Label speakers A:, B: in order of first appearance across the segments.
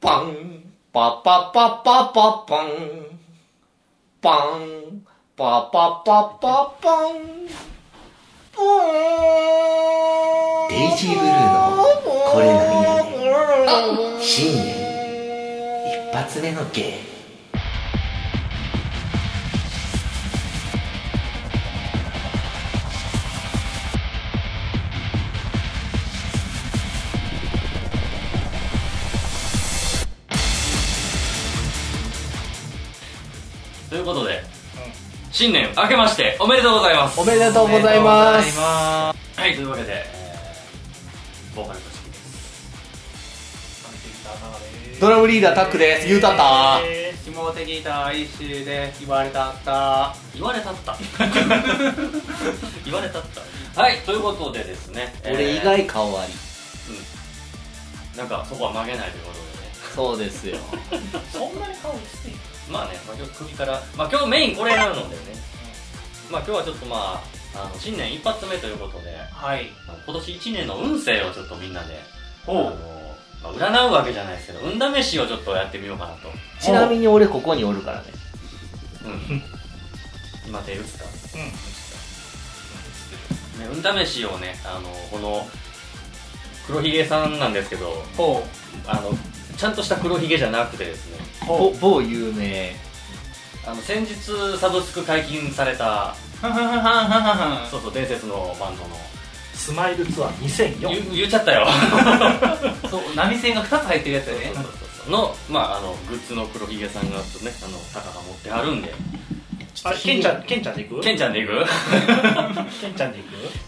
A: パンパパパパパパンパンパパパパパンポーン
B: デイジーブルーのこれなんやねん新年一発目の芸
C: ということで、新年明けましておめでとうございます
A: おめでとうございます
C: はいというわけで、えーボーカルとしてです
A: ドラムリーダータックです言うたった
D: 下手ギター一周で言われたった
C: 言われたった 言われたったはいということでですね
B: 俺以外顔あり
C: なんかそこは曲げないということでね
B: そうですよ
D: そんなに顔薄い
C: まあね、まあ、今日首からまあ今日メインこれなのでねまあ今日はちょっとまああの新年一発目ということで
D: はい
C: あの今年一年の運勢をちょっとみんなであ
D: お
C: の
D: う、
C: まあ、占うわけじゃないですけど運試しをちょっとやってみようかなと
B: ちなみに俺ここにおるからね
C: うん今手打つか
D: う
C: ね、運試しをねあのこの黒ひげさんなんですけど
D: んほ
C: あのちゃんとした黒ひげじゃなくてですね
D: う
B: ぼ
D: ほう
B: 某有名
C: あの先日サブスク解禁された
D: はんはんはんはんはんはん
C: そうそう伝説のバンドの
E: スマイルツアー2004
C: 言う言っちゃったよ
D: そう波線が2つ入ってるやつだね
C: そうそうそう の,、まあ、あのグッズの黒ひげさんがとねあのタカが持ってあるんで
E: あケンちゃんケンちゃんで行く
C: ケンちゃんでいく
E: ケンちゃんで行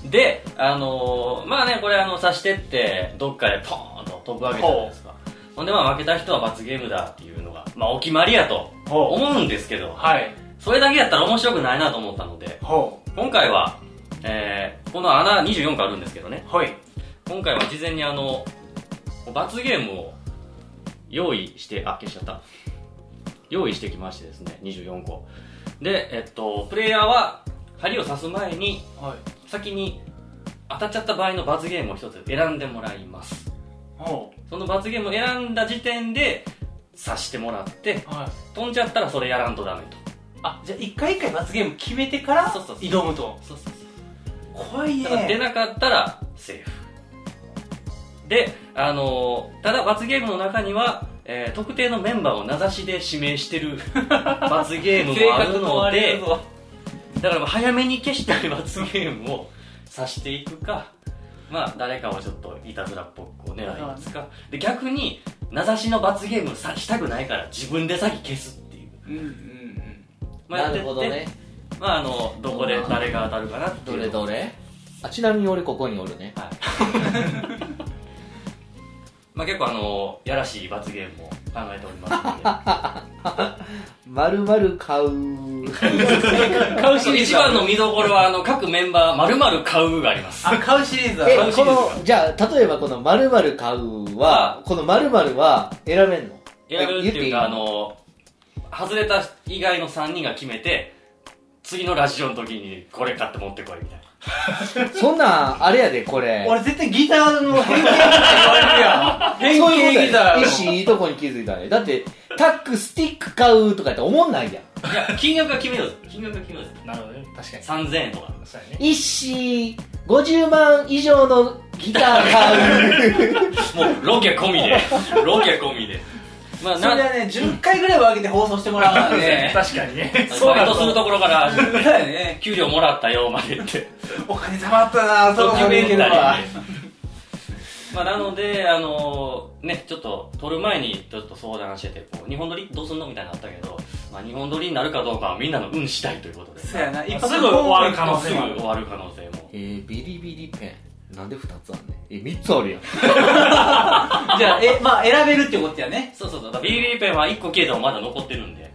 E: く
C: であのーまあねこれあの刺してってどっかでポーンと飛ぶわけじゃないですかほんでまあ負けた人は罰ゲームだっていうのがまあお決まりやと
D: ほ
C: 思うんですけど、
D: はい
C: それだけやったら面白くないなと思ったので、
D: ほ
C: 今回は、えー、この穴24個あるんですけどね
D: う、はい
C: 今回は事前にあの、罰ゲームを用意して、あ、消しちゃった。用意してきましてですね、24個。で、えっと、プレイヤーは、針を刺す前に、
D: はい
C: 先に当たっちゃった場合の罰ゲームを一つ選んでもらいます。
D: ほ
C: その罰ゲームを選んだ時点で、刺してもらって、
D: うはい
C: 飛んじゃったらそれやらんとダメと。
D: あじゃあ一回一回罰ゲーム決めてから
C: そうそうそう
D: 挑むと
C: そうそうそう。
D: 怖い
C: だから出
D: ね
C: なかったらセーフで、あのーただ罰ゲームの中には、えー特定のメンバーを名指しで指名して る罰ゲーム
D: 性
C: もあ
D: 格
C: る
D: 問わ
C: の
D: れ
C: で
D: るぞ
C: だから早めに消したい罰ゲームを指していくかまあ誰かをちょっといたずらっぽくを狙いに打つかで逆に名指しの罰ゲームさしたくないから自分で先消すっていう、
D: うんうんうん
C: まあ、や
B: な
C: って
B: る
C: って
B: ほどね
C: まああのどこで誰が当たるかなってい
B: ど
C: う
B: れどれあちなみに俺ここにおるね
C: はい まあ結構あのやらしい罰ゲームを考えております
B: まるまる 買う
D: 買
C: の
D: うシリー
C: で
D: ズ
C: 一番の見どころはあの各メンバーまるまる買うがあります
D: あ買うシリーズだ
B: え
D: 買うシ
B: こ
D: リーズ
B: のじゃあ例えばこのまるまる買うはこのまるまるは選べんの
C: やるって
B: 言って
C: い
B: いうい
C: かあの外れた以外の3人が決めて次のラジオの時にこれ買って持ってこいみたいな
B: そんなんあれやでこれ
D: 俺絶対ギターの偏見って言われるやん
B: そういう
D: 偏
B: こと
D: 見ギター
B: や
D: や
B: で
D: ろ
B: 一心いいとこに気づいたねだってタックスティック買うとかやって思んないやん
C: いや金額が決めようぜ金額が決めようぜ
E: なるほどね確かに
C: 3000円とか
E: そうやね
B: 一心50万以上のギター買う
C: もうロケ込み でロケ込みでまあ
D: そ
C: な
D: れはね10回ぐらいは上げて放送してもらわないね
E: 確かにねそう
C: バ
E: な
C: イトするところから始めて
D: だよね
C: 給料もらったよまで って
D: お金貯まったなそ
C: ド
D: ろ
C: キ
D: そ
C: ュ
D: ろ
C: メ
D: い
C: ン
D: け
C: タ
D: る
C: リー
D: わ
C: で まあなのであのねちょっと撮る前にちょっと相談しててこう日本撮りどうすんのみたいなのあったけど、まあ、日本撮りになるかどうかはみんなの運次第ということで
D: そうやな一
E: すぐ終わる可能
C: す
E: 性
C: ぐ
E: もある
C: 終わる可能性も
B: えー、ビリビリペンなんで2つあんねんえ3つあるやん
D: じゃあえまあ選べるってことやね
C: そうそうそうだからビリビリペンは1個消えてもまだ残ってるんで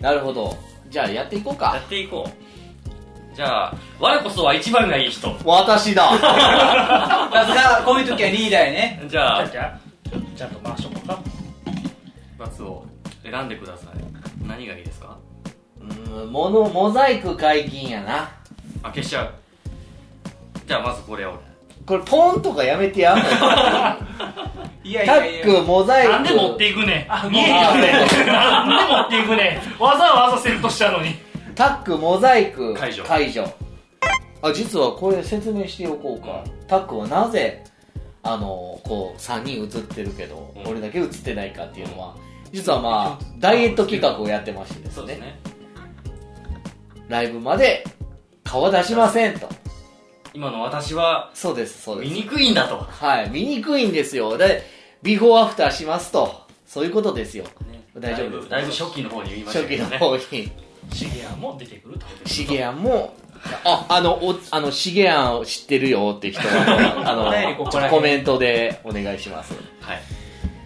B: なるほどじゃあやっていこう
C: や
B: か
C: っていこうじゃあ我こそは一番がいい人
B: 私だ
D: さすがこういう時はリーダーやね
C: じゃあ
E: じゃあちゃんと回しとこうか
C: 罰を選んでください何がいいですか
B: うーんモノモザイク解禁やな
C: あ消しちゃうじゃあまずこれを
B: これポンとかやめてやんの
D: いやい
A: タ
D: やい
A: ッ
D: や
A: ク、モザイク。
E: なんで持っていくねん見えへんかったなんで持っていくねんわざわざセレクトしたのに
A: タック、モザイク。
C: 解除
A: あ、実はこれ説明しておこうか。タックはなぜ、あの、こう、3人映ってるけど、
C: うん
A: 俺だけ映ってないかっていうのは、実はまあ、ダイエット企画をやってましてです
C: そう
A: ね
C: で。すね
A: ライブまで顔出しませんと。
C: 今の私は
A: そうです、そうで
C: 見
A: す。
C: にくいんだと
A: はい、見にくいんですよ。で、ビフォーアフターしますと。そういうことですよ。大丈夫です
C: だいぶ初期の方に言いまし
A: 初
C: たけ
A: 期
C: ど
A: の
C: ね
A: 方に。
E: シゲアンも出てくると
A: シゲアンも、あ、あの、お、あの、シゲアンを知ってるよって人は、あの、
D: お便りここら辺
A: コメントでお願いします。
C: はい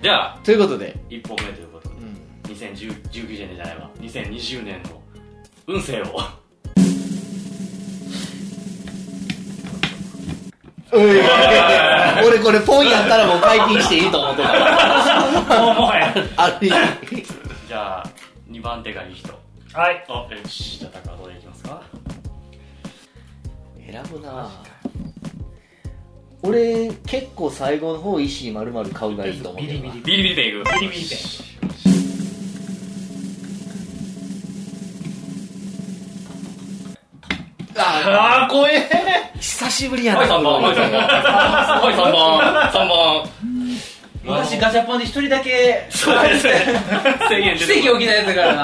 C: では
A: ということで、
C: 1本目ということで
A: うん
C: 2019年じゃないわ2020年の運勢を
A: 俺これポンやったらもう解禁していいと思ってた。
E: もうもはや
A: ある意味。
C: じゃあ2番手がいい人
E: はい
C: あよしじゃあ高どでいきますか
A: 選ぶなぁ俺結構最後の方石井まるまる買うがいいと思う
E: ビ
A: け
E: リ
A: ど
E: ビ
A: な
E: リ
C: ビリビリペイグ
E: ビリビリペン
A: あ
E: あー怖え
A: ー久しぶりや
C: はい
A: な
C: 3番はい3番はい3番3番
D: 昔ガチャポンで一人だけ
C: そうですね1000円
D: 奇跡起きたやつだから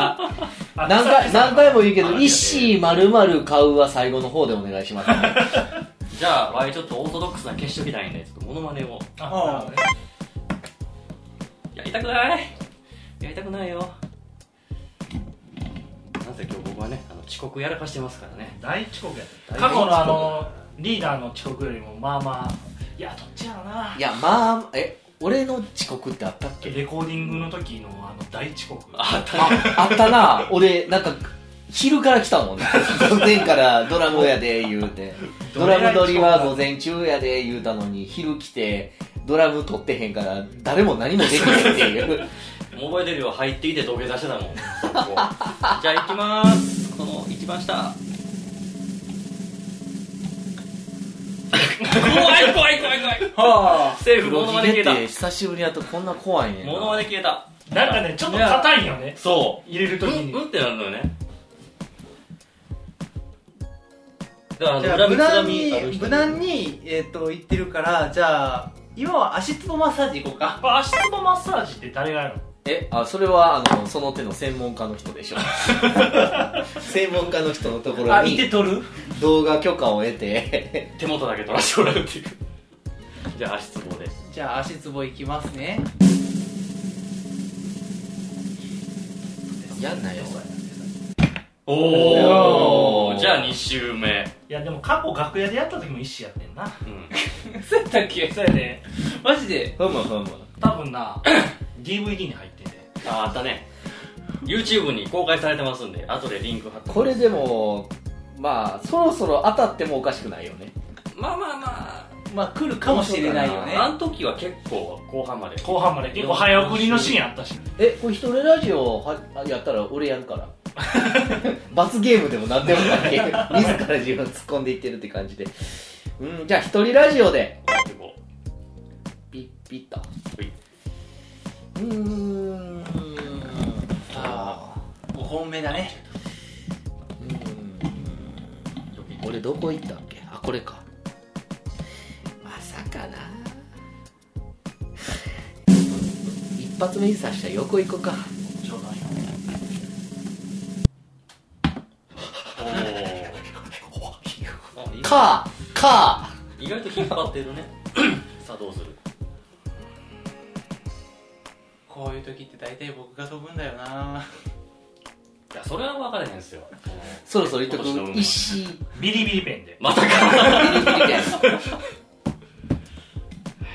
D: な
A: 何回何回も言うけど石井まるまる買うは最後の方でお願いします、ね、
C: じゃあわいちょっとオーソドックスな消しときたいんでちょっとモノマネを
E: あ
C: やりたくないやりたくないよなんせ今日僕はねあの遅刻やらかしてますからね
E: 大遅刻やった過去のあのリーダーの遅刻よりもまあまあいやどっちやろない
A: やまあえ俺の遅刻ってあったっ け
E: レコーディングの時のあの大遅刻
C: あった
A: ああったな俺なんか昼から来たもんね午前からドラムやで言うてドラム撮りは午前中やで言うたのに昼来てドラム撮ってへんから誰も何もできないっていう
C: もう覚えてるよ入ってきて土下座してたもん ここじゃあ行きまーすこの一番下怖い怖い怖い怖い
D: は
C: セーフ
A: 黒
C: モノ
A: ひ
C: マネ
A: げっ
C: 消
A: て
C: え
A: 久しぶりやとこんな怖いね
C: た
A: んな
C: モノマネ消えた
E: なんかねちょっと硬いよね
C: そう
E: 入れる時
C: うん、
E: に
C: うんってなるのよねだからあ
D: あ
C: の
D: じゃ
C: 恨
D: あ
C: み
D: 無
C: つら
D: 難
C: みある
D: に
C: 人
D: 無難にえっと言ってるからじゃあ今は足つぼマッサージ行こうか
E: あ足つぼマッサージって誰がやるの
A: えあそれはあのその手の専門家の人で しょ専門家の人のところに
E: 取る
A: 動画許可を得て
C: 手元だけ取らせてもらうっていうじゃあ足つぼで
D: じゃあ足つぼ行きますね
A: やんなよ
C: お
A: お
C: お
A: ー
C: じゃあ2周目
E: いやでも過去楽屋でやった時も一緒やってんな
C: うん
D: そうやったっけ
E: それで
D: マジで
A: ふむふむ
E: 多分な DVD に入ってて
C: ああったね YouTube に公開されてますんで後でリンク貼って
A: これでもまあそろそろ当たってもおかしくないよね
C: まあまあま
D: まあ来るかもしれないよね
C: ああの時は結構後半まで
E: 後半まで結構早送りのシーンあったし
A: えこれ一人ラジオはあやったら俺やるから 罰ゲームでも何でもない 自ら自分突っ込んでいってるって感じでうんじゃあ一人ラジオで
C: 結構
A: ピッピッと
C: ほいう
A: ーんあ
D: 5本目だね
A: ーうーん俺どこ行ったっけあこれかまさかな一発目に刺したら横行こうか
E: 冗談よ
C: おーあ
A: かか
C: 意外と引っ張ってるねさあどうする
D: こういう時って大体僕が飛ぶんだよない
C: やそれは分からへんすよ
A: そろそろ言っと
C: 今年の
A: く
C: 運
A: 石
E: ビリビリペンで
C: またか
A: ビリビリペン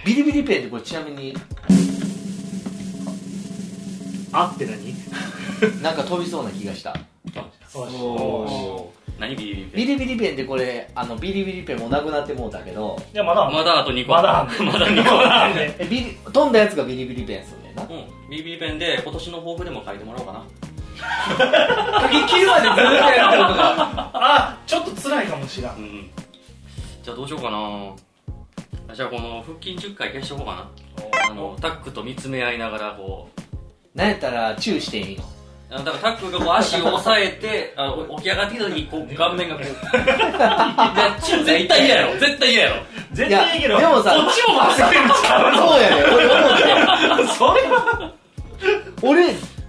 A: ビリビリペンってこれちなみに
E: あって何
A: なんか飛びそうな気がした
E: そう
A: お
C: 何ビリビリペン
A: ビリビリペンってこれあのビリビリペンもうなくなってもうたけど
E: いやまだあんね
C: まだあと2個
E: まだあんね
C: まだ2 個
E: まだあんね
A: えビリ飛んだやつがビリビリペンすんねんな
C: うんビリビリペンで今年の抱負でも書いてもらおうかな
D: 時切るまでずっとやるってことか
E: あちょっと辛いかもしらん
C: うんじゃあどうしようかなあじゃあこの腹筋10回消しとこうかなあのうタックと見つめ合いながらこう
A: なんやったらチューしていいの
C: あのだからタックがこう足を押さえてあの起き上がってきた時にこう顔面がこう いやチュー絶対嫌やろ絶対嫌やろ
E: 全然いいけど
A: いやでもさ
E: こっちも罰ゲームちゃうの
A: そうやね俺思ったよ
E: それは
A: 俺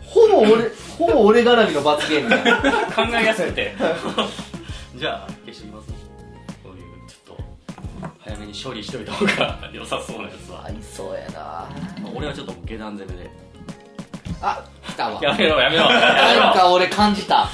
A: ほぼ俺ほぼ俺絡みの罰ゲームや
C: 考えやすくて じゃあ決勝いきますこういうちょっと早めに処理しといた方が良さそうなやつは
A: ありそうやな
C: 俺はちょっと下段攻めで
A: あ来たわ
C: やめろやめろやめろ
A: なんか俺感じた